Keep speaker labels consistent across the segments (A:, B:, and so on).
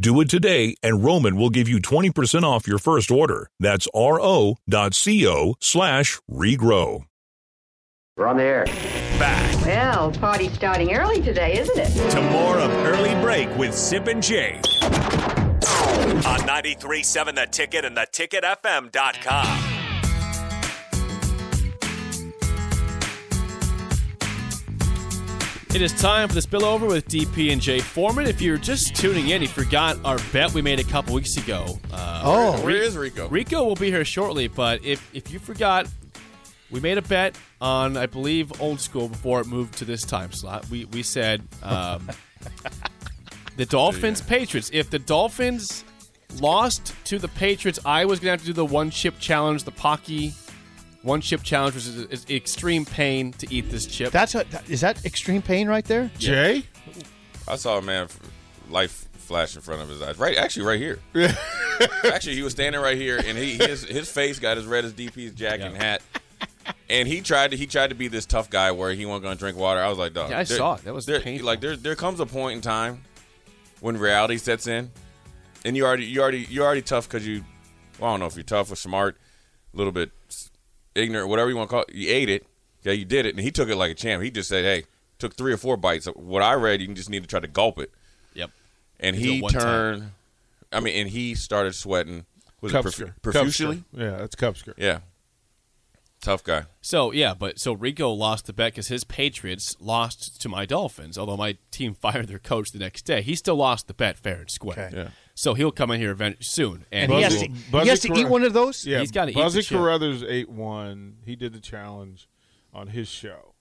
A: Do it today, and Roman will give you 20% off your first order. That's ro.co slash regrow.
B: We're on the air.
C: Back
D: Well, party's starting early today, isn't it?
C: to more of Early Break with Sip and Jake. On 93.7 The Ticket and theticketfm.com.
E: It is time for the spillover with DP and Jay Foreman. If you're just tuning in, you forgot our bet we made a couple weeks ago. Uh,
F: Oh, where is Rico?
E: Rico will be here shortly, but if if you forgot, we made a bet on I believe old school before it moved to this time slot. We we said um, the Dolphins Patriots. If the Dolphins lost to the Patriots, I was gonna have to do the one chip challenge, the Pocky one chip challenge, which is, is extreme pain to eat this chip.
G: That's what, that, is that extreme pain right there?
F: Jay?
H: I saw a man f- life flash in front of his eyes. Right, actually, right here. actually, he was standing right here, and he his his face got as red as DP's jacket and hat. And he tried to he tried to be this tough guy where he wasn't going to drink water. I was like, dog.
E: Yeah, I saw it. That was
H: there,
E: painful.
H: Like there there comes a point in time when reality sets in, and you already you already you already tough because you well, I don't know if you're tough or smart, a little bit s- ignorant, whatever you want to call it. You ate it. Yeah, you did it, and he took it like a champ. He just said, "Hey, took three or four bites." What I read, you can just need to try to gulp it.
E: Yep.
H: And
E: You do
H: he
E: it one time.
H: turned. I mean, and he started sweating. Was it
F: Cubsker.
H: profu- profusely?
F: Cubsker. Yeah, that's Cubsker.
H: Yeah. Tough guy.
E: So yeah, but so Rico lost the bet because his Patriots lost to my Dolphins. Although my team fired their coach the next day, he still lost the bet fair and square.
G: Okay.
F: Yeah.
E: So he'll come in here event- soon, and,
G: And he
E: he
G: has
F: Buzzy-
G: to, he
F: Buzzy
G: has to
F: Corral.
G: eat one of those?
F: Yeah,
E: He's gotta eat
F: Buzzy
E: the chip.
F: Carruthers ate one. He did the challenge on his show,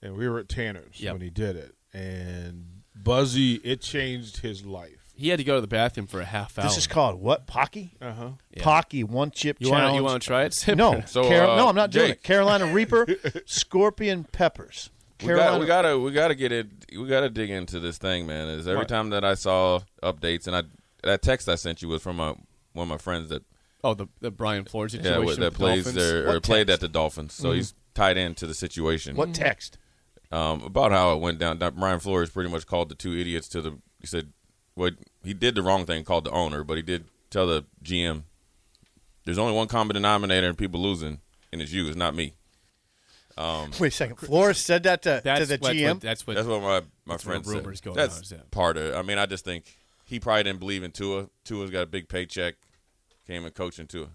F: and we were at Tanner's
E: Yep.
F: when he did it. And Buzzy, it changed his life.
E: he had to go to the bathroom for a half hour.
G: This is called what? Pocky?
F: Uh huh.
G: Pocky, one chip
E: you want
G: challenge.
E: you want to try it? Sip?
G: No,
H: So,
G: Carol-
H: uh,
G: no, I'm not doing
H: Jake.
G: it. Carolina Reaper, Scorpion Peppers. Carolina,
H: We got we gotta we gotta get it we gotta dig into this thing, man. Is every time that I saw updates and I that text I sent you was from a, one of my friends that
E: Oh, the, the Brian Flores
H: yeah
E: situation
H: with,
E: with
H: that
E: the
H: plays
E: Dolphins. Mm-hmm.
H: there
G: What
H: or played at
G: text?
H: the Dolphins. So he's tied into the situation.
G: what text?
H: um, about how it went down. Doc- Brian Flores pretty much called the two idiots to the. He said, "What he did the wrong thing." Called the owner, but he did tell the GM, "There's only one common denominator in people losing, and it's you. It's not me."
G: Wait a second. Flores said that to,
E: That's
G: to the
E: what,
G: GM?
E: What, that's what.
H: That's what my my
E: where
H: friend said.
E: rumors going on,
H: That's
E: yeah.
H: part of. it. I mean, I just think he probably didn't believe in Tua. Tua's got a big paycheck. Came and coaching Tua.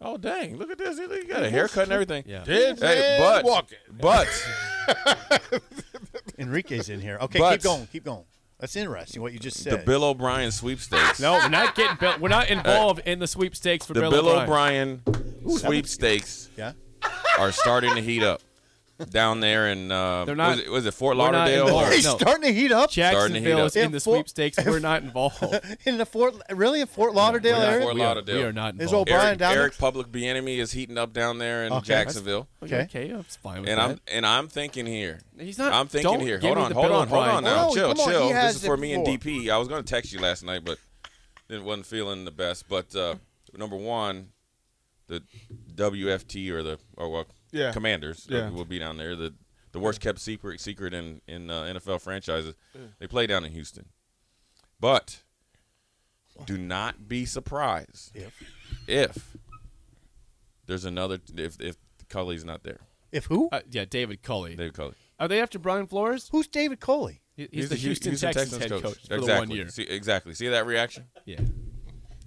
H: Oh dang! Look at this. He he got a haircut and everything.
E: Yeah.
F: Dead
H: Hey,
F: man
H: but
F: walking.
H: but.
G: Enrique's in here. Okay,
H: But-
G: keep going. Keep going. That's interesting what you just
H: The
G: said.
H: Bill O'Brien sweepstakes.
E: no, we're not getting. Bill, we're not involved in the sweepstakes for
H: the
E: Bill,
H: Bill, O'Brien, sweepstakes
G: yeah?
H: are starting to heat up down there in uh,
E: They're not-
H: was, it, was it Fort
E: we're not
H: Lauderdale?
E: involved.
H: or-
G: He's
E: no.
G: starting to heat up
H: Starting to heat
E: Jacksonville
H: up.
E: is in the
G: If for-
E: sweepstakes. We're not involved.
G: in the Fort, really in Fort Lauderdale
H: we're not
G: area?
H: Fort
E: we, are,
H: Lauderdale.
E: we are not involved.
G: Is O'Brien-
H: Eric,
G: down there?
H: Eric Public Enemy is heating up down there in
G: Okay.
H: Jacksonville,
E: Okay,
G: Okay.
E: okay, that's fine with
H: and
E: that.
H: I'm and I'm thinking here.
E: He's not-
H: I'm thinking
E: Uh, don't
H: here.
E: give
H: Hold
E: me
H: on,
E: the
H: hold
E: Bill
H: on, hold
E: O'Brien.
H: on. Now,
G: No,
H: chill,
G: come on,
H: chill.
G: he
H: This
G: has
H: is
G: it
H: for me and
G: before.
H: DP. I was gonna text you last night, but didn't wasn't feeling the best. But uh, number one, the WFT or the or well,
F: Yeah.
H: Commanders uh,
F: Yeah.
H: will be down there. The the worst kept secret secret in in uh, NFL franchises. They play down in Houston, but do not be surprised
G: If-
H: if there's another if if Cully's not there.
G: If who?
E: Uh, yeah, David Culley.
H: David Cully.
E: Are they after Brian Flores?
G: Who's David Coley?
E: He- He's, the Houston, Texans, head coach, for
H: exactly.
E: the one year.
H: See, exactly. See that reaction?
E: Yeah.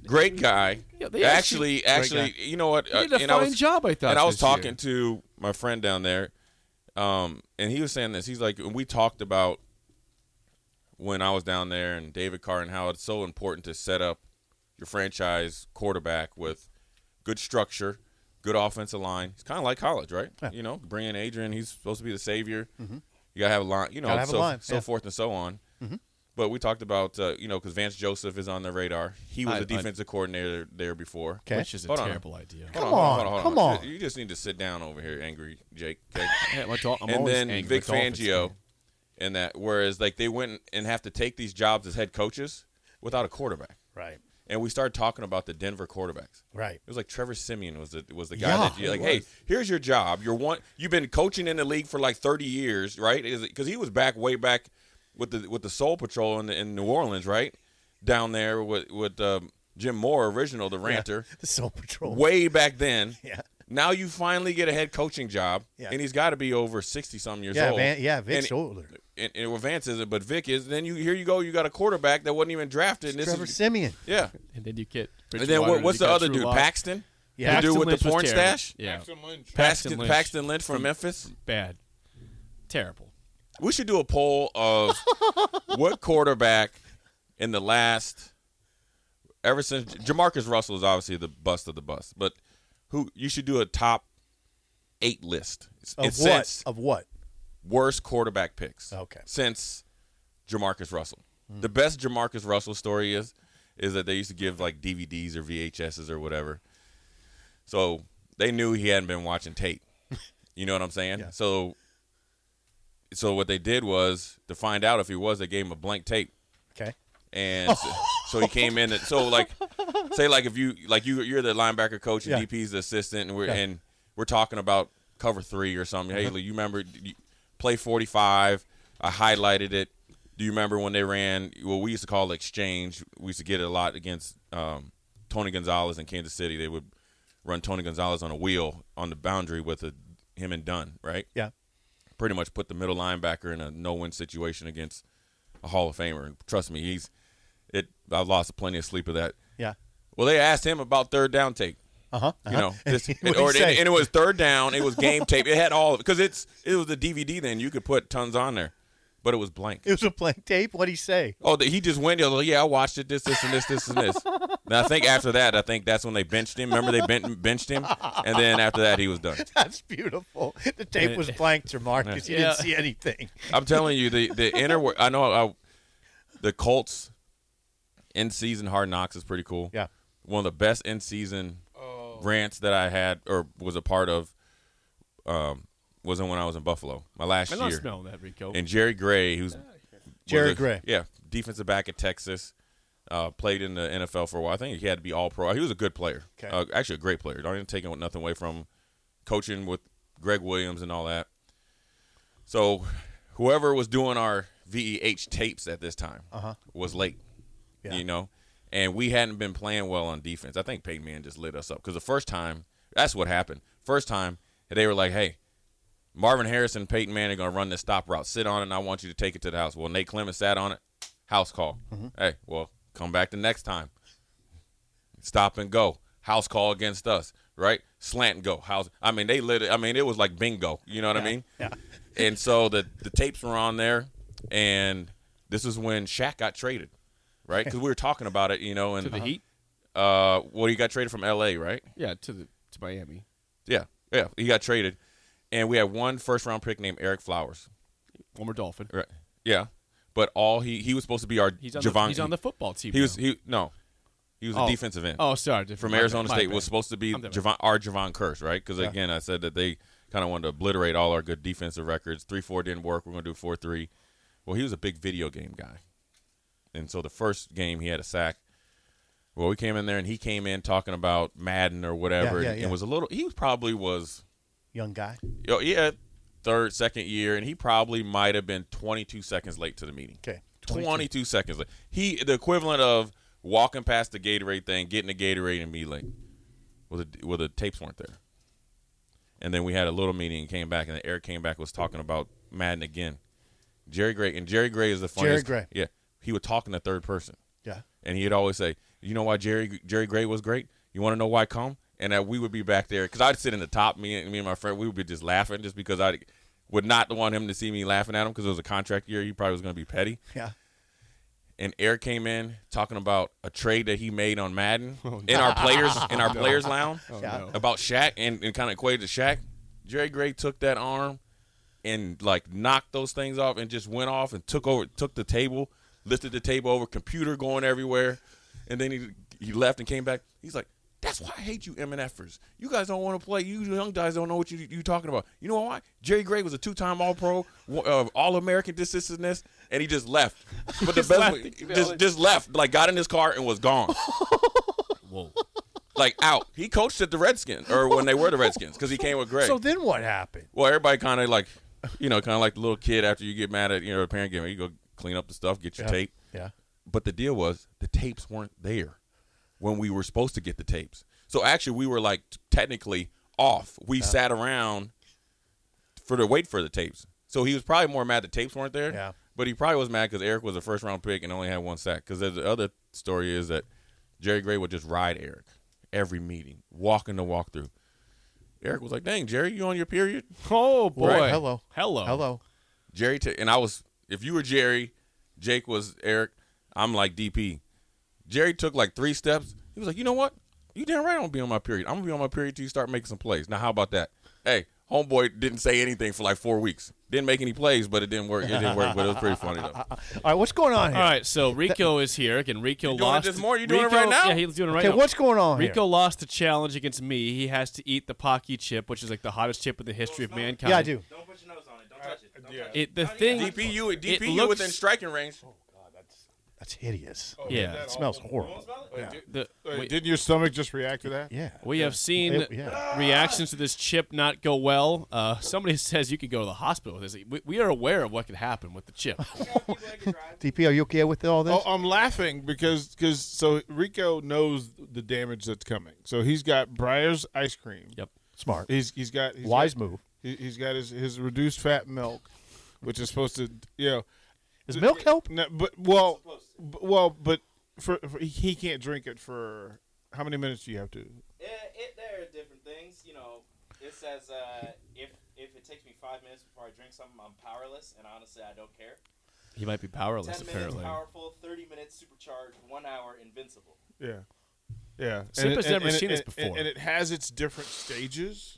H: Great guy.
E: Yeah, they
H: actually,
E: actually-
H: actually, you know what? Uh,
E: He did a
H: and I
E: fine
H: was-
E: job, I thought,
H: And I was
E: this year.
H: talking to my friend down there, um, and he was saying this. He's like, and we talked about when I was down there and David Carr and how it's so important to set up your franchise quarterback with good structure, good offensive line. It's kind of like college, right? You know, bring in Adrian. He's supposed to be the savior.
E: Mm-hmm.
H: You gotta have a line. You know,
G: Gotta have a
H: so,
G: line,
H: so
G: yeah.
H: forth and so on. But we talked about uh, you know because Vance Joseph is on the radar. He was
E: I-
H: a
E: I-
H: defensive coordinator there before.
G: Okay.
E: Which is a
H: Hold on.
E: terrible idea.
H: Hold
G: Come on, come on.
H: You just need to sit down over here, angry Jake. okay?
E: Yeah, my dol- I'm
H: and
E: always
H: then
E: angry
H: Vic
E: with dolphins.
H: Fangio, and that. Whereas like they went and have to take these jobs as head coaches without a quarterback.
G: Right.
H: And we started talking about the Denver quarterbacks.
G: Right.
H: It was like Trevor Simeon was the was the guy
G: Yeah,
H: that you like. Hey, here's your job. You're one. You've been coaching in the league for like 30 years, right? Because he was back way back with the with the Soul Patrol in, in New Orleans, right? Down there with with um, Jim Moore, original the ranter,
G: The Soul Patrol.
H: way back then.
G: Yeah.
H: Now you finally get a head coaching job,
G: Yeah.
H: and he's got to be over 60 something years
G: yeah,
H: old.
G: Van, yeah, Vic's
H: and,
G: older.
H: and, and well, Vance isn't, but Vic is. Then you here you go. You got a quarterback that wasn't even drafted. And this
G: Trevor
H: is
G: Simeon.
H: yeah.
E: And then you get.
H: And then what, what's the other dude? Paxton.
G: Yeah.
H: The dude with
E: Lynch
H: the
E: was
H: porn
E: terrible.
H: stash.
E: Yeah.
F: Paxton Lynch.
H: Paxton
E: Paxton
H: Lynch.
E: Lynch.
H: Paxton Lynch from Memphis.
E: Bad. Terrible.
H: We should do a poll of what quarterback in the last ever since Jamarcus Russell is obviously the bust of the bust, but who you should do a top eight list
G: Of
H: It's
G: what?
H: since
G: Of what?
H: worst quarterback picks.
G: Okay.
H: Since Jamarcus Russell, the best Jamarcus Russell story is is that they used to give like DVDs or VHSs or whatever, so they knew he hadn't been watching tape. You know what I'm saying? So, so what they did was to find out if he was, they gave him a blank tape
G: Okay. Oh.
H: and so, so he came in. And, so like, say like if you like you you're the linebacker coach and
G: Yeah.
H: DP's the assistant, and we're
G: Yeah. Uh-huh.
H: and we're talking about cover three or something. Hey, you remember you, play forty five? I highlighted it. Do you remember when they ran? Well, we used to call it exchange. We used to get it a lot against um, Tony Gonzalez in Kansas City. They would run Tony Gonzalez on a wheel on the boundary with a, him and Dunn, right?
G: Yeah.
H: pretty much put the middle linebacker in a no-win situation against a Hall of Famer. Trust me, he's it. I've lost plenty of sleep of that.
G: Yeah.
H: Well, they asked him about third down tape.
G: Uh huh.
H: You know, this,
G: What'd
H: it,
G: he
H: or it,
G: say?
H: and it was third down. It was game tape. It had all of it because it's it was a DVD. Then you could put tons on there, but it was blank.
G: It was a blank tape. What'd he say?
H: Oh, that he just went. he was like, yeah, I watched it. This, this, and this, this, and this. and I think after that, I think that's when they benched him. Remember they ben- benched him, and then after that, he was done.
G: That's beautiful. The tape was blank to Marcus. You
E: Yeah.
G: didn't see anything.
H: I'm telling you, the the inner. wor- I know I, the Colts in season hard knocks is pretty cool.
G: Yeah.
H: one of the best in season rants that I had or was a part of. Um, wasn't when I was in Buffalo my last
E: I'm
H: year.
E: not smelling that, Rico.
H: And Jerry Gray, who's was
G: Jerry
H: a-
G: Gray.
H: yeah, defensive back at Texas, uh, played in the NFL for a while. I think he had to be All Pro. He was a good player,
G: Okay.
H: uh, actually a great player. Don't even take nothing away from him. coaching with Greg Williams and all that. So, whoever was doing our VEH tapes at this time was late,
G: Uh-huh. Yeah.
H: you know, and we hadn't been playing well on defense. I think Peyton Man just lit us up because the first time, that's what happened. First time, they were like, hey, Marvin Harrison, Peyton Manning going to run this stop route. Sit on it, and I want you to take it to the house. Well, Nate Clemens sat on it. House call. Hey, well, come back the next time. Stop and go. House call against us, right? Slant and go. House. I mean, they lit. it- I mean, it was like bingo. You know what I mean? Yeah. And so the the tapes were on there, and this is when Shaq got traded, right? Because we were talking about it, you know, and
E: to the Heat?
H: uh, well, he got traded from L.A., right?
E: Yeah, to the to Miami.
H: Yeah, yeah, he got traded, and we had one first round pick named Eric Flowers.
E: Former Dolphin.
H: Right. Yeah. But all he he was supposed to be our
E: He's on,
H: Javon.
E: the, he's on the football team.
H: he was
E: now.
H: he no, he was a
E: Oh.
H: defensive end
E: oh, sorry. different-
H: from
E: my bad,
H: Arizona
E: my
H: State.
E: bad.
H: Was supposed to be
E: I'm different.
H: Javon our Javon Curse, right? Because again, I said that they kind of wanted to obliterate all our good defensive records. Three four didn't work. We're gonna do four three. Well, he was a big video game guy, and so the first game he had a sack. Well, we came in there and he came in talking about Madden or whatever,
G: yeah,
H: and,
G: yeah.
H: and was a little. He probably was
G: Young guy.
H: Yo, yeah, Oh, third, second year, and he probably might have been 22 seconds late to the meeting.
G: Okay.
H: 22. seconds late. He the equivalent of walking past the Gatorade thing, getting the Gatorade, and be late. Well, the well the tapes weren't there. And then we had a little meeting and came back, and then Eric came back was talking about Madden again. Jerry Gray and Jerry Gray is the
G: Jerry
H: funniest.
G: Gray.
H: yeah, he would talk in the third person,
G: Yeah.
H: and he'd always say, "You know why Jerry Jerry Gray was great? You want to know why? Come and that we would be back there because I'd sit in the top. Me and me and my friend, we would be just laughing, just because I would not want him to see me laughing at him because it was a contract year. He probably was going to be petty.
G: Yeah.
H: And Eric came in talking about a trade that he made on Madden in our players in our players lounge
G: yeah.
H: about Shaq and, and kind of equated to Shaq. Jerry Gray took that arm and like knocked those things off and just went off and took over took the table, lifted the table over, computer going everywhere, and then he he left and came back. He's like, That's why I hate you MNFers. You guys don't want to play. You young guys don't know what you you talking about. You know why? Jerry Gray was a two time All Pro, uh, All American. This this and this, and he just left. But the best, way, just just left. Like got in his car and was gone
E: Whoa.
H: like out. He coached at the Redskins or when they were the Redskins because he came with Greg.
G: So then what happened?
H: well, everybody kind of like, you know, kind of like the little kid after you get mad at you know a parent game, you go clean up the stuff, get your tape.
G: Yeah.
H: But the deal was the tapes weren't there when we were supposed to get the tapes. So actually, we were like t- technically off. We sat around for the wait for the tapes. So he was probably more mad the tapes weren't there.
G: Yeah.
H: But he probably was mad because Eric was a first round pick and only had one sack. Because the other story is that Jerry Gray would just ride Eric every meeting, walking the walkthrough. Eric was like, "Dang, Jerry, you on your period?"
E: Oh boy.
G: Right, hello.
E: Hello.
G: Hello.
H: Jerry t- and I was if you were Jerry, Jake was Eric, I'm like DP. Jerry took like three steps. He was like, you know what? You damn right I'm gonna be on my period. I'm gonna be on my period till you start making some plays. Now how about that? Hey, homeboy didn't say anything for like four weeks. Didn't make any plays, but it didn't work. It didn't work, but it was pretty funny though.
G: All right, what's going on here?
E: All right, so Rico is here again. Rico
H: doing it
E: lost
H: this morning? You doing it
E: Rico-
H: right now?
E: Yeah, he's doing it right
G: Okay,
E: now.
G: what's going on
E: Rico
G: here?
E: lost the challenge against me. He has to eat the Pocky chip, which is like the hottest chip in the history of mankind.
G: Yeah, I do.
I: Don't put your nose on it. Don't touch it. Don't touch it.
E: It the thing
H: DP you DP
E: It
H: you
E: looks-
H: within striking range.
G: That's hideous.
E: Oh, yeah.
G: It smells
I: You wanna
G: horrible.
I: smell it?
E: The,
F: Wait,
E: we,
F: didn't your stomach just react to that?
G: Yeah.
E: we have seen
G: It- yeah.
E: reactions to this chip not go well. Uh, somebody says you could go to the hospital with this. We, we are aware of what could happen with the chip.
G: DP, are you okay with all this?
F: Oh, I'm laughing because because so Rico knows the damage that's coming. So he's got Breyer's ice cream.
E: yep.
G: Smart.
F: He's he's got he's
G: Wise
F: got-
G: move.
F: He, he's got his his reduced fat milk, which is supposed to you know.
G: Does milk help?
F: No, but well, b- well, but for, for he can't drink it for how many minutes do you have to?
I: Yeah, it, there are different things. You know, it says uh, if if it takes me five minutes before I drink something, I'm powerless, and honestly, I don't care.
E: He might be
I: Ten
E: powerless
I: minutes
E: apparently.
I: powerful, thirty minutes supercharged, one hour invincible.
F: Yeah, yeah.
E: Simpa's
F: it-
E: never
F: it-
E: seen this
F: and-
E: before.
F: and it has its different stages.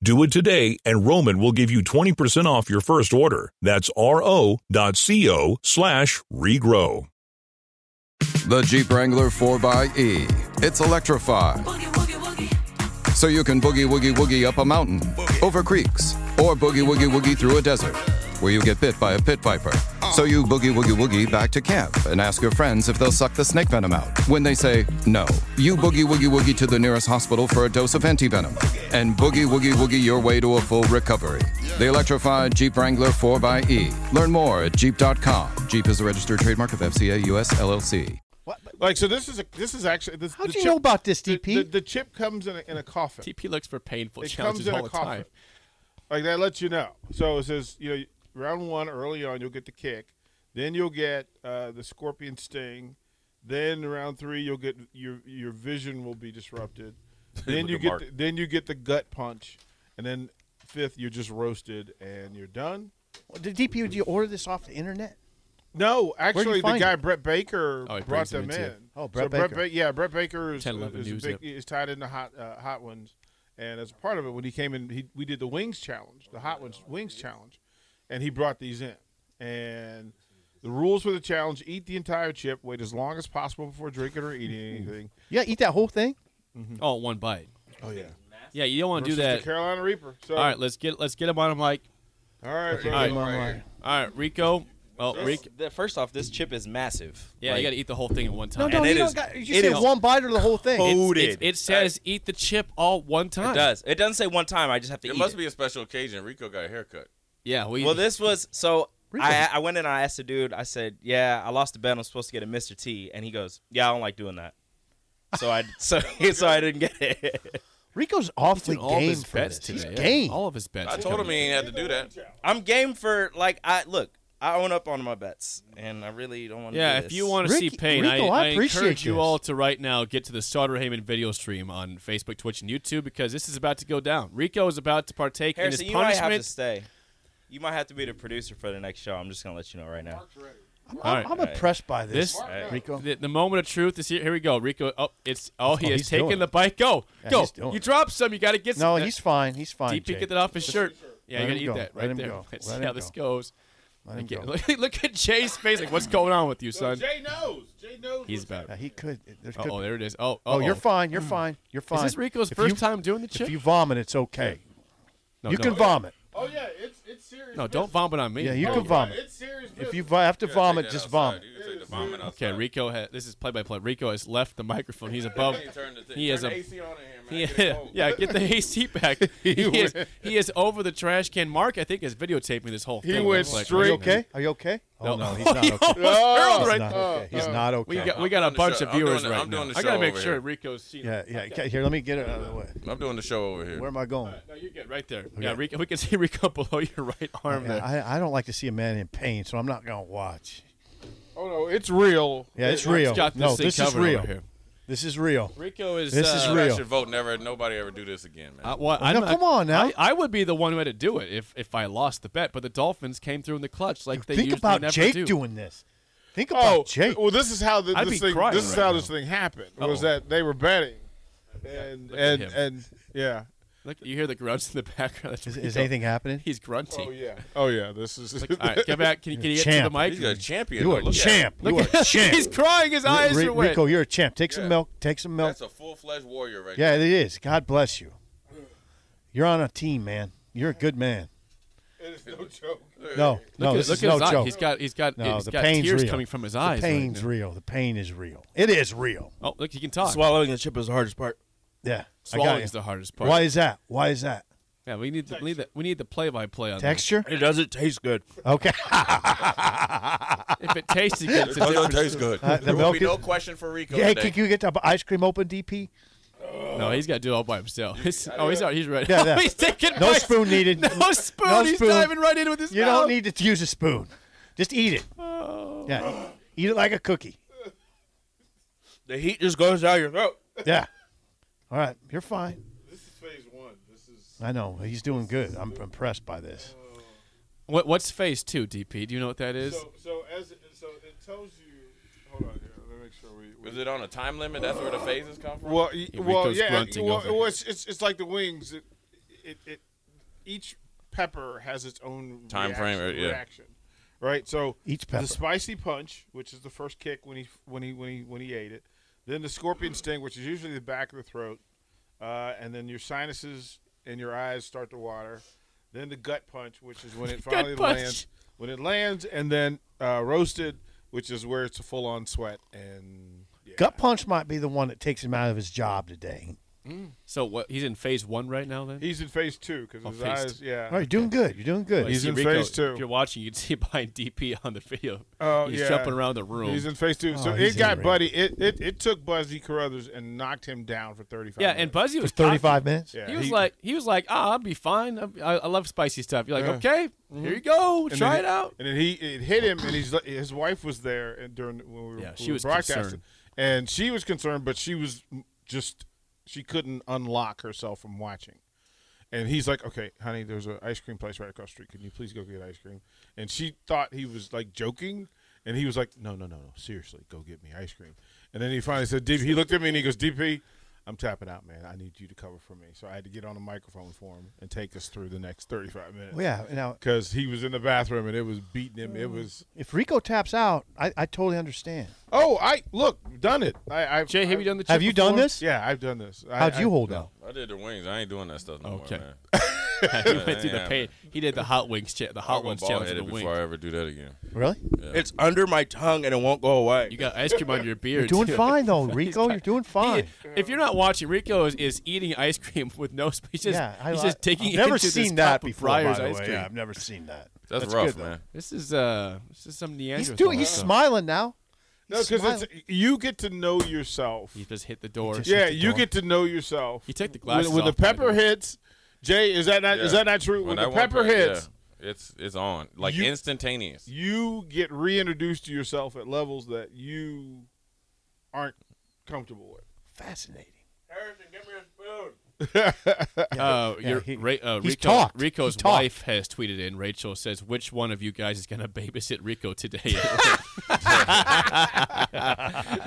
A: Do it today, and Roman will give you 20% off your first order. That's ro.co slash regrow.
J: The Jeep Wrangler 4xE. E. It's electrified. So you can boogie woogie woogie up a mountain, over creeks, or boogie woogie woogie through a desert where you get bit by a pit viper. So you boogie woogie woogie back to camp and ask your friends if they'll suck the snake venom out. When they say no, you boogie woogie woogie to the nearest hospital for a dose of antivenom and boogie woogie woogie your way to a full recovery. The electrified Jeep Wrangler 4xE. Learn more at jeep.com. Jeep is a registered trademark of FCA US LLC.
G: What?
F: Like so, this is a this is actually this.
G: How'd
F: the
G: you
F: chip-
G: know about this,
F: the-
G: DP?
F: The, the chip comes in a, in a coffin.
E: TP looks for painful
F: It comes
E: challenges
F: in
E: all
F: a
E: the
F: coffin.
E: time.
F: Like that lets you know. So it says, you know, round one early on, you'll get the kick. Then you'll get uh, the scorpion sting. Then round three, you'll get your your vision will be disrupted. Then
H: Look
F: you
H: at
F: get
H: Mark.
F: the, then you get the gut punch, and then fifth, you're just roasted and you're done.
G: Did DP, did you order this off the internet?
F: No, actually, the
G: find
F: guy
G: it?
F: Brett Baker
E: Oh, he
F: brought
E: brings them
F: them
E: in,
F: in.
E: too.
G: Oh, Brett
F: Brett
G: Baker.
F: Ba- yeah, Brett Baker is,
E: 10-11
F: is, a
E: news,
F: big,
E: yep.
F: is tied into hot uh, hot ones, and as part of it, when he came in, he, we did the wings challenge, the hot ones wings challenge, and he brought these in, and The rules for the challenge: eat the entire chip, wait as long as possible before drinking or eating anything.
G: Yeah, eat that whole thing.
E: Oh, one bite.
F: Oh yeah.
E: Yeah, you don't want to do
F: Versus
E: that.
F: The Carolina Reaper. So,
E: All right, let's get let's get him on a mic.
F: All right. uh,
E: All right, all right, Rico. Oh,
I: This-
E: Rico.
I: the- first off, this chip is massive.
E: Yeah, you
I: Like,
E: got to eat the whole thing at one time.
G: No, no,
I: And
G: you
I: it
G: don't
I: is-
G: got. You
I: it
G: just
I: is
G: said one bite or the whole thing.
I: coated.
E: It's- it says eat the chip all one time.
I: it does. It doesn't say one time. I just have to
H: It
I: eat
H: must
I: it.
H: be a special occasion. Rico got a haircut.
E: Yeah, we.
I: Well, this was so.
G: Really?
I: I, I went in and I asked the dude. I said, "Yeah, I lost the bet. I'm supposed to get a Mr. T," and he goes, "Yeah, I don't like doing that." So I so so I didn't get it.
G: Rico's awfully
E: all of
G: game
E: his
G: for
E: bets
G: this. He's
E: today. Yeah,
G: game.
E: All of his bets.
H: I
E: are
H: told him
E: coming.
H: he ain't had to do that.
I: I'm game for like I look. I own up on my bets, and I really don't want to.
E: Yeah,
I: do
E: if
I: this.
E: you want to see
G: Ricky-
E: pain, I,
G: Rico, I
E: I,
G: appreciate
E: encourage you
G: this.
E: all to right now get to the Sauter Heyman video stream on Facebook, Twitch, and YouTube because this is about to go down. Rico is about to partake
I: Harrison,
E: in his
I: you might have to
E: punishment.
I: stay. You might have to be the producer for the next show. I'm just gonna let you know right now.
G: I'm,
E: All right.
G: I'm impressed by this,
E: This-
G: Rico.
E: The, the moment of truth is here. Here we go, Rico. Oh, it's oh, he
G: Oh,
E: has
G: he's
E: taken
G: doing
E: the bike. Go,
G: Yeah,
E: go.
G: he's doing
E: You
G: it.
E: drop some. You got to get
G: No,
E: some.
G: he's fine. He's fine.
E: Deep
G: Jake.
E: get it off his shirt. Yeah, you
G: Let him
E: gotta eat
G: go.
E: that
G: Let
E: right
G: him
E: there.
G: go.
E: Let's
G: Let
E: see
G: him
E: how this
G: go.
E: goes.
G: Let him
E: Again,
G: go.
E: look, look at Jay's face. Like, what's going on with you, son?
F: Jay knows. Jay knows.
E: He's
G: Yeah,
E: back.
G: he could. There's could
E: Oh, there it is. Oh,
G: oh, you're
E: uh-oh.
G: fine. You're fine. You're fine.
E: Is this Rico's
G: If
E: first
G: you-
E: time doing the chip?
G: If you vomit, it's okay.
E: no,
G: you
E: no.
G: can vomit.
F: Oh yeah, it's it's serious.
E: No, don't vomit on me.
G: Yeah, you
E: Oh,
G: can vomit.
F: It's serious.
G: If you vo- have to vomit,
H: Take that
G: just
H: outside.
G: vomit.
H: You can take the vomit outside.
E: Okay, Rico. Ha- this is play by play. Rico has left the microphone. He's above.
H: Hey, turn the thing-
E: He
H: turn
E: has
H: the
E: a-
H: AC on in here, man. Get it
E: Yeah,
H: cold.
E: yeah, get the AC back. he, is, he is over the trash can. Mark, I think, is videotaping this whole
F: He
E: thing.
F: went
E: Looks like.
G: Are
F: straight-
G: you okay? Are you okay?
E: No.
G: Oh no, he's not okay.
E: Almost hurled
G: He's
E: right-
G: not okay. He's not
E: We
G: okay.
E: got we got a
H: I'm doing the
E: bunch
H: show-
E: of
H: I'm doing
E: viewers
H: the-
E: right
H: I'm
E: now.
H: doing the
E: I gotta
H: show
E: make
H: over
E: sure
H: here.
E: Rico's seen.
G: Yeah, yeah. okay, Here, let me get it out of the way.
H: I'm doing the show over here.
G: Where am I going?
E: No, you're good right there. Yeah, Rico, we can see Rico below your right arm
G: Yeah,
E: there.
G: I, I don't like to see a man in pain, so I'm not gonna watch.
F: Oh no, it's real.
G: Yeah, it's real.
E: He's got this
G: no,
E: thing
G: this is
E: covered
G: real.
E: over here.
G: This is real.
E: Rico is.
G: This
E: uh,
G: is
H: I
G: real.
H: should vote. Never, nobody ever do this again, man.
E: I, well, I'm
G: no,
E: not-
G: come on now.
E: I, I would be the one who had to do it if, if I lost the bet, but the Dolphins came through in the clutch like they
G: Think
E: usually
G: about
E: never
G: Jake
E: do.
G: doing this. Think about
F: Oh,
G: Jake.
F: well, this is how the,
E: I'd be
F: this thing.
E: crying
F: This is
E: right
F: how
E: now.
F: this thing happened. Was
E: Uh-oh.
F: that they were betting, and
E: at
F: and
E: him.
F: and yeah.
E: Look, you hear the grunts in the background. That's
G: Is,
E: Rico.
G: is anything happening?
E: He's grunting.
F: Oh yeah. Oh yeah. This is.
E: All right, get back. Can you, can you get to
G: Champ.
E: the mic?
H: He's a champion.
G: You
H: though.
G: are a
H: Look at
G: champ.
H: him.
G: You are a champ.
E: He's crying. His eyes
G: Ri-
E: are wet.
G: Rico, you're a champ. Take some
H: Yeah.
G: milk. Take some milk.
H: That's a full-fledged warrior right
G: Yeah, it is. God bless you. You're on a team, man. You're a good man.
F: It is no joke.
G: No, no,
E: look at,
G: this
E: look
G: is
E: at
G: no
E: his eye.
G: joke.
E: He's got he's got
G: no,
E: he's
G: the
E: got
G: pain's
E: tears
G: real.
E: coming from his eyes.
G: The
E: right
G: pain's
E: now.
G: real. The pain is real. It is real.
E: Oh, look, he can talk.
I: Swallowing the chip is the hardest part.
G: Yeah, I got
E: Swallowing
G: you.
E: is the hardest part.
G: Why is that? Why is that?
E: Yeah, we need the, we need the we need the play by play on
G: Texture?
I: It doesn't taste good.
G: Okay.
E: that. If it tasted good, it's a
H: It doesn't
E: different.
H: taste good.
G: Uh, the
H: there will
G: milk
H: be
G: is-
H: no question for Rico
G: hey,
H: today.
G: can you get the ice cream open, DP?
E: No, he's got to do it all by himself. oh, he's out. He's ready.
G: Yeah, yeah.
E: he's taking
G: No
E: bites.
G: spoon needed.
E: No spoon.
G: No
E: he's
G: spoon.
E: diving right in with his
G: You
E: mouth.
G: don't need to use a spoon. Just eat it. Yeah. Eat it like a cookie.
I: The heat just goes down your throat.
G: Yeah. All right. You're fine.
F: This is phase one. This is.
G: I know. He's doing good. I'm impressed by this.
E: What, what's phase two, DP? Do you know what that is?
F: So so as so it tells you. Hold on here. Let me make sure we. we
H: Is it on a time limit? That's where the phases come from.
F: Well, y-
E: Yeah,
F: well,
E: Rico's
F: yeah.
E: grunting
F: Well,
E: over
F: well,
E: here.
F: it's, it's it's like the wings. It, it, it each pepper has its own
H: Time
F: reaction,
H: frame, right, yeah.
F: reaction. Right. So
G: Each pepper.
F: the spicy punch, which is the first kick when he when he when he when he ate it, then the scorpion
H: Mm.
F: sting, which is usually the back of the throat, uh, and then your sinuses and your eyes start to water. Then the gut punch, which is when it finally
E: punch.
F: lands. When it lands, and then uh, roasted, which is where it's a full on sweat and. Yeah.
G: Gut punch might be the one that takes him out of his job today.
E: So what? He's in phase one right now. Then
F: He's in phase two because
E: Oh,
F: his
E: phase
F: eyes, yeah.
G: All right, you're doing good. You're doing good.
E: Well,
F: He's
E: see,
F: in
E: Rico,
F: phase two.
E: If you're watching, you can see behind DP on the video.
F: Oh,
E: he's
F: yeah.
E: jumping around the room.
F: He's in phase two. so
G: Oh,
F: it
G: he's
F: got
G: angry.
F: Buddy. It, it it took Buzzy Carruthers and knocked him down for thirty five.
E: yeah, and Buzzy was
G: Thirty-five minutes.
F: Yeah.
E: He was
F: he-
E: like, he was like, ah, I'll be fine. I'm- I, I love spicy stuff. You're like,
F: Yeah. Mm-hmm.
E: okay, here you go,
F: And
E: try
F: then
E: it out.
F: And then he it hit him, and he's his wife was there and during when we were,
E: Yeah,
F: we
E: she
F: were
E: was
F: broadcasting,
E: concerned.
F: and she was concerned, but she was just she couldn't unlock herself from watching. And he's like, "Okay, honey, there's an ice cream place right across the street. Can you please go get ice cream?" And she thought he was like joking, and he was like, "No, no, no, no, seriously, go get me ice cream." And then he finally said, "DP." He looked at me and he goes, "DP, I'm tapping out, man. I need you to cover for me. So I had to get on the microphone for him and take us through the next 35 minutes.
G: Well, yeah, now-
F: because he was in the bathroom and it was beating him.
K: Mm.
F: It was
G: If Rico taps out, I, I totally understand.
F: oh, I look done it. I, I
E: Jay, have you done the
G: Have you done this?
F: Yeah, I've done this. I-
G: How'd you
F: I-
G: hold
F: no.
G: out?
H: I did the wings. I ain't doing that stuff no
E: Okay.
H: more, man.
E: he went through the
H: Yeah.
E: pain. He did the hot wings, cha- the
H: I'll
E: hot
H: go
E: ones challenge. of
H: bald-headed
E: The
H: before
E: wings.
H: I ever do that again.
G: Really?
K: It's under my tongue and it won't go away.
E: You got ice cream on your beard.
G: You're doing
E: too.
G: fine though, Rico. You're doing fine.
E: He- if you're not watching, Rico is, is eating ice cream with no. sp- He's just,
G: yeah, I,
E: he's just taking.
G: I've never
E: into this
G: seen
E: cup
G: that
E: of
G: before.
E: Breyer's
G: by the
E: ice
G: way.
E: cream.
G: Yeah, I've never seen that.
H: That's,
G: That's
H: rough,
G: good, though.
H: man.
E: This is uh, this is some Neanderthal.
G: He's doing. He's
E: stuff.
G: smiling now.
F: No, because you get to know yourself.
E: He just hit the door.
G: just-
F: Yeah,
G: hit the
F: you
G: door.
F: get to know yourself.
E: He take the
F: When-
E: glasses
F: when, the
E: off, by the
F: pepper
E: way.
F: hits. Jay, is that not is
H: Yeah.
F: that not true? When,
H: I
F: the
H: want
F: pepper
H: that,
F: hits,
H: yeah. it's it's on like
F: You-
H: instantaneous.
F: you get reintroduced to yourself at levels that you aren't comfortable with.
G: Fascinating.
K: Harrison, give me a spoon.
E: Uh,
G: Yeah,
E: your,
G: he-
E: Ra- uh,
G: he's
E: Rico,
G: talked.
E: Rico's
G: He's talked.
E: wife has tweeted in. Rachel says, "Which one of you guys is going to babysit Rico today?"
H: You're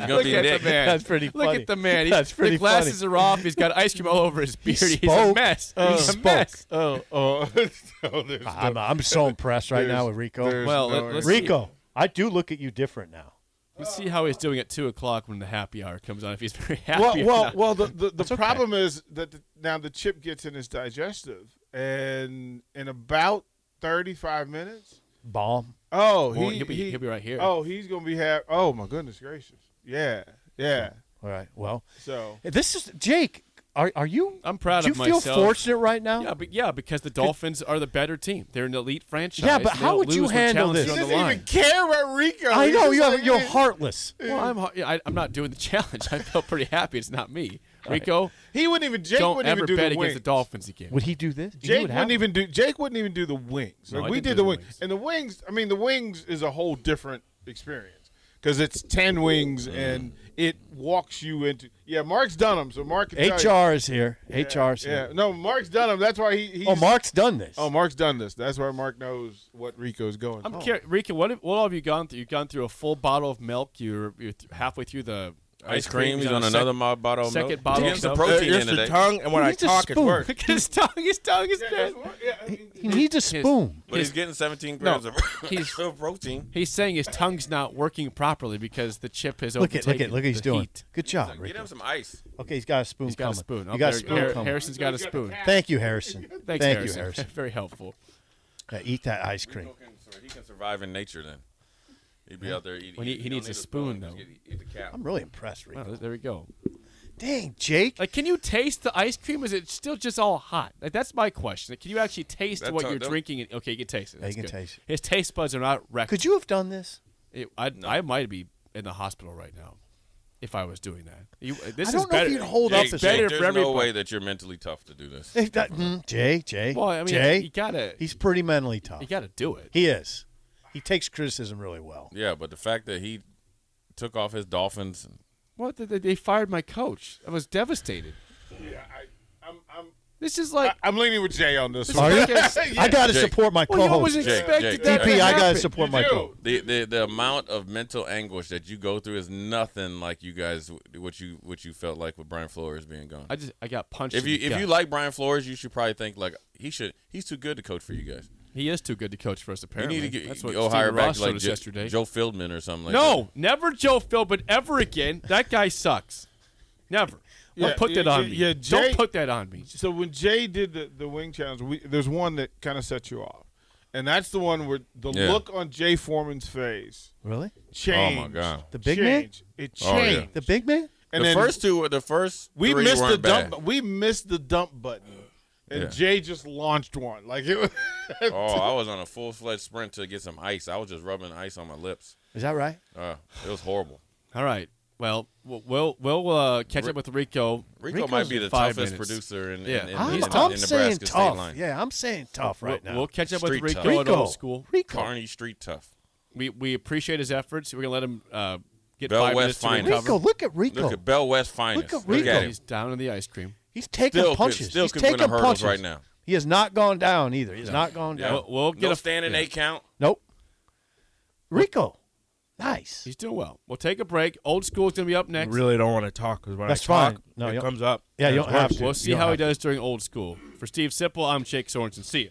H: gonna be Nick.
G: That's pretty
E: Look
G: funny.
E: at the man. He-
G: That's pretty
E: the glasses are off. He's got ice cream all over his beard. He's a
G: spoke.
E: mess.
G: He
E: He's a
G: spoke. Uh,
E: mess.
F: Oh, oh, no, there's
G: I'm,
F: no-
G: I'm so impressed right now
F: There's-
G: with Rico.
F: there's
E: Well,
F: no
E: let- let's see.
G: Rico, I do look at you different now.
E: Let's see how he's doing at two o'clock when the happy hour comes on. If he's very happy.
F: well,
E: or
F: well,
E: not.
F: well. The the, the problem is that the, now the chip gets in his digestive, and in about thirty five minutes,
G: Bomb.
F: oh,
E: Well,
F: he,
E: he'll, be,
F: he-
E: he'll be right here.
F: oh, he's gonna be have. Oh my goodness gracious, yeah, yeah.
G: All right. Well,
F: So
G: this is Jake. Are are you?
E: I'm proud
G: do
E: of
G: you feel
E: myself.
G: fortunate right now?
E: Yeah, but yeah, because the Dolphins are the better team. They're an elite franchise.
G: Yeah, but
E: They
G: how
E: don't
G: would you
E: lose when
G: handle
E: challenges
G: this?
E: are
F: he
E: On
F: doesn't
E: the line.
F: even care about Rico.
G: I
F: He's
G: know
F: just
G: you. Have,
F: like,
G: you're
F: eh.
G: heartless.
E: Well, I'm har- yeah, I, I'm not doing the challenge. I feel pretty happy. It's not me. Rico,
F: He wouldn't even. Jake
E: don't
F: wouldn't
E: ever
F: even do
E: bet
F: the
E: against
F: wings.
E: the Dolphins again.
G: Would he do this? He
F: Jake
G: would
F: wouldn't
G: have-
F: even do. Jake wouldn't even do the wings.
E: No,
F: Like,
E: I
F: we
E: didn't do
F: did the
E: the
F: wings,
E: wings.
F: and the wings. I mean, the wings is a whole different experience because it's ten wings and it walks you into. Yeah, Mark's done them, so Mark. Can tell you.
G: HR is here. HR is
F: Yeah,
G: here.
F: no, Mark's done them. That's why he. He's,
G: Oh, Mark's done this.
F: Oh, Mark's done this. That's why Mark knows what Rico's going. Oh.
E: I'm
G: Oh.
F: through.
E: curious, Rico. What have, what all have you gone through? You've gone through a full bottle of milk. You're, you're th- halfway through the
H: Ice cream. He's
E: He's
H: on
E: the
H: another
E: sec-
H: mob bottle. of
E: second
H: milk.
E: bottle
H: He gets
E: of
H: the
E: milk.
H: protein in
K: It's your
H: today.
K: tongue, and when
G: He
K: I
G: needs a
K: talk, it
G: spoon.
K: works.
E: Look at his tongue. His tongue is dead.
F: That's what- yeah, I mean,
G: he needs a spoon.
H: But he's getting 17 grams of,
E: he's-
H: of protein.
E: He's saying his tongue's not working properly because the chip has
G: Look at look
E: overtaken
G: at look at he's
E: the
G: doing.
E: heat.
G: Good job,
H: Get
G: Rico.
H: him some ice.
G: Okay, he's got a spoon
E: He's got a
G: coming.
E: spoon.
G: You
E: Oh,
G: got a
E: there-
G: spoon
E: Har-
G: coming.
E: Harrison's got a spoon.
G: Thank you, Harrison.
E: Thanks,
G: Thank
E: Harrison.
G: you, Harrison.
E: Very helpful.
G: Yeah, eat that ice cream.
H: Rico can sur- He can survive in nature then. He'd be out there eating.
E: When he- he
H: don't
E: needs a
H: need
E: spoon,
H: Just
E: though.
H: get- eat the cow.
G: I'm really impressed, Rico.
E: Wow, Oh, there we go.
G: Dang, Jake.
E: Like, can you taste the ice cream? Is it still just all hot? Like, that's my question. Like, can you actually taste
H: That's
E: what
H: how-
E: you're
H: that-
E: drinking? And, okay, you can taste it.
G: Yeah, you
E: That's
G: can
E: good.
G: taste it.
E: His taste buds are not wrecked.
G: Could you have done this?
E: It, I, I might be in the hospital right now if I was doing that. You, uh, this
G: I don't
E: is
G: know
E: better.
G: if you'd hold up
H: Jake,
G: as
H: Jake,
E: better
H: there's
E: for
H: no
E: everybody.
H: way that you're mentally tough to do this.
G: If that- mm, Jay, Jay,
E: Well, I mean,
G: Jay.
E: you gotta-
G: He's pretty mentally tough.
E: You got to do it.
G: he is. He takes criticism really well.
H: Yeah, but the fact that he took off his dolphins.
E: What? They, they fired my coach. I was devastated.
F: yeah, I, I'm, I'm,
E: This is like.
F: I- I'm leaning with Jay on this.
E: This
F: one.
E: is
G: Are you?
E: like a-
G: I got to
H: Jake.
G: support my
E: well, you
G: co-host.
E: always
H: Jake,
E: expected
H: Jake,
E: that.
G: DP,
E: to
G: I got to
E: happen.
G: support
F: You
G: my
F: do.
G: co-host.
H: The, the the amount of mental anguish that you go through is nothing like you guys what you what you felt like with Brian Flores being gone.
E: I just I got punched.
H: If
E: in
H: you
E: the
H: if
E: gut.
H: you like Brian Flores, you should probably think like he should. He's too good to coach for you guys.
E: he is too good to coach for us.
H: You
E: Apparently,
H: need to get
E: that's what
H: go hire
E: Steven
H: back
E: Ross
H: like
E: showed us
H: Jo-
E: yesterday.
H: Joe Fieldman or something. Like
E: no, never Joe Philbin ever again. That guy sucks. Never.
F: Yeah,
E: Don't put that
F: yeah,
E: on
F: yeah,
E: me.
F: yeah, Jay-
E: Don't put that on me.
F: So when Jay did the, the wing challenge, we, there's one that kind of set you off, and that's the one where the
H: Yeah. Oh,
F: look on Jay Foreman's face
G: Really?
F: changed.
H: God.
G: The big man?
F: Changed. It
H: Oh, yeah.
F: changed.
G: The big man?
H: That.
F: And
H: The
F: then
H: first two were the first.
F: we
H: three
F: missed the
H: weren't bad.
F: dump. We missed the dump button, and
H: Yeah.
F: Jay just launched one. Like it was.
H: Oh, I was on a full fledged sprint to get some ice. I was just rubbing ice on my lips.
G: Is that right?
H: Uh, it was horrible.
E: All right. Well, we'll we'll, we'll uh, catch up with Rico.
H: Rico
E: Rico's
H: might be
E: in
H: the
E: five
H: toughest
E: minutes.
H: producer in, in,
E: Yeah.
H: in, in,
E: I'm-
H: in,
E: he's
H: in
E: tough.
H: Nebraska
G: Ah, saying
H: state
G: tough.
H: line.
G: Yeah, I'm saying tough right
E: we'll,
G: now.
E: We'll catch up with
H: Street
E: Rico
H: tough.
E: at
G: Rico.
E: old school.
G: Rico.
H: Carney Street tough.
E: We we appreciate his efforts. We're gonna let him uh, get
H: Bell
E: five
H: West
E: minutes to
H: finest.
E: recover.
G: Rico, look at Rico.
H: Look at Bell West finest.
G: Look at
H: Look
G: Rico.
H: at him.
E: He's down in the ice cream.
G: He's taking
H: Still could-
G: punches.
H: still
G: He's
H: could win
G: taking
H: the hurdles
G: punches
H: right now.
G: He has not gone down either. He has not gone
H: Yeah.
G: down.
E: We'll- we'll get
H: no
E: a-
H: standing
E: yeah.
H: eight count.
G: Nope. Rico. Nice.
E: He's doing well. We'll take a break. Old school's gonna be up next.
F: really don't want to talk because when
G: That's
F: I talk,
G: fine. No, you
F: it
G: don't-
F: comes up.
G: Yeah, you
F: It's
G: don't have
F: worse.
G: to.
E: We'll see how he does during old school. For Steve Sipple, I'm Jake Sorensen. See you.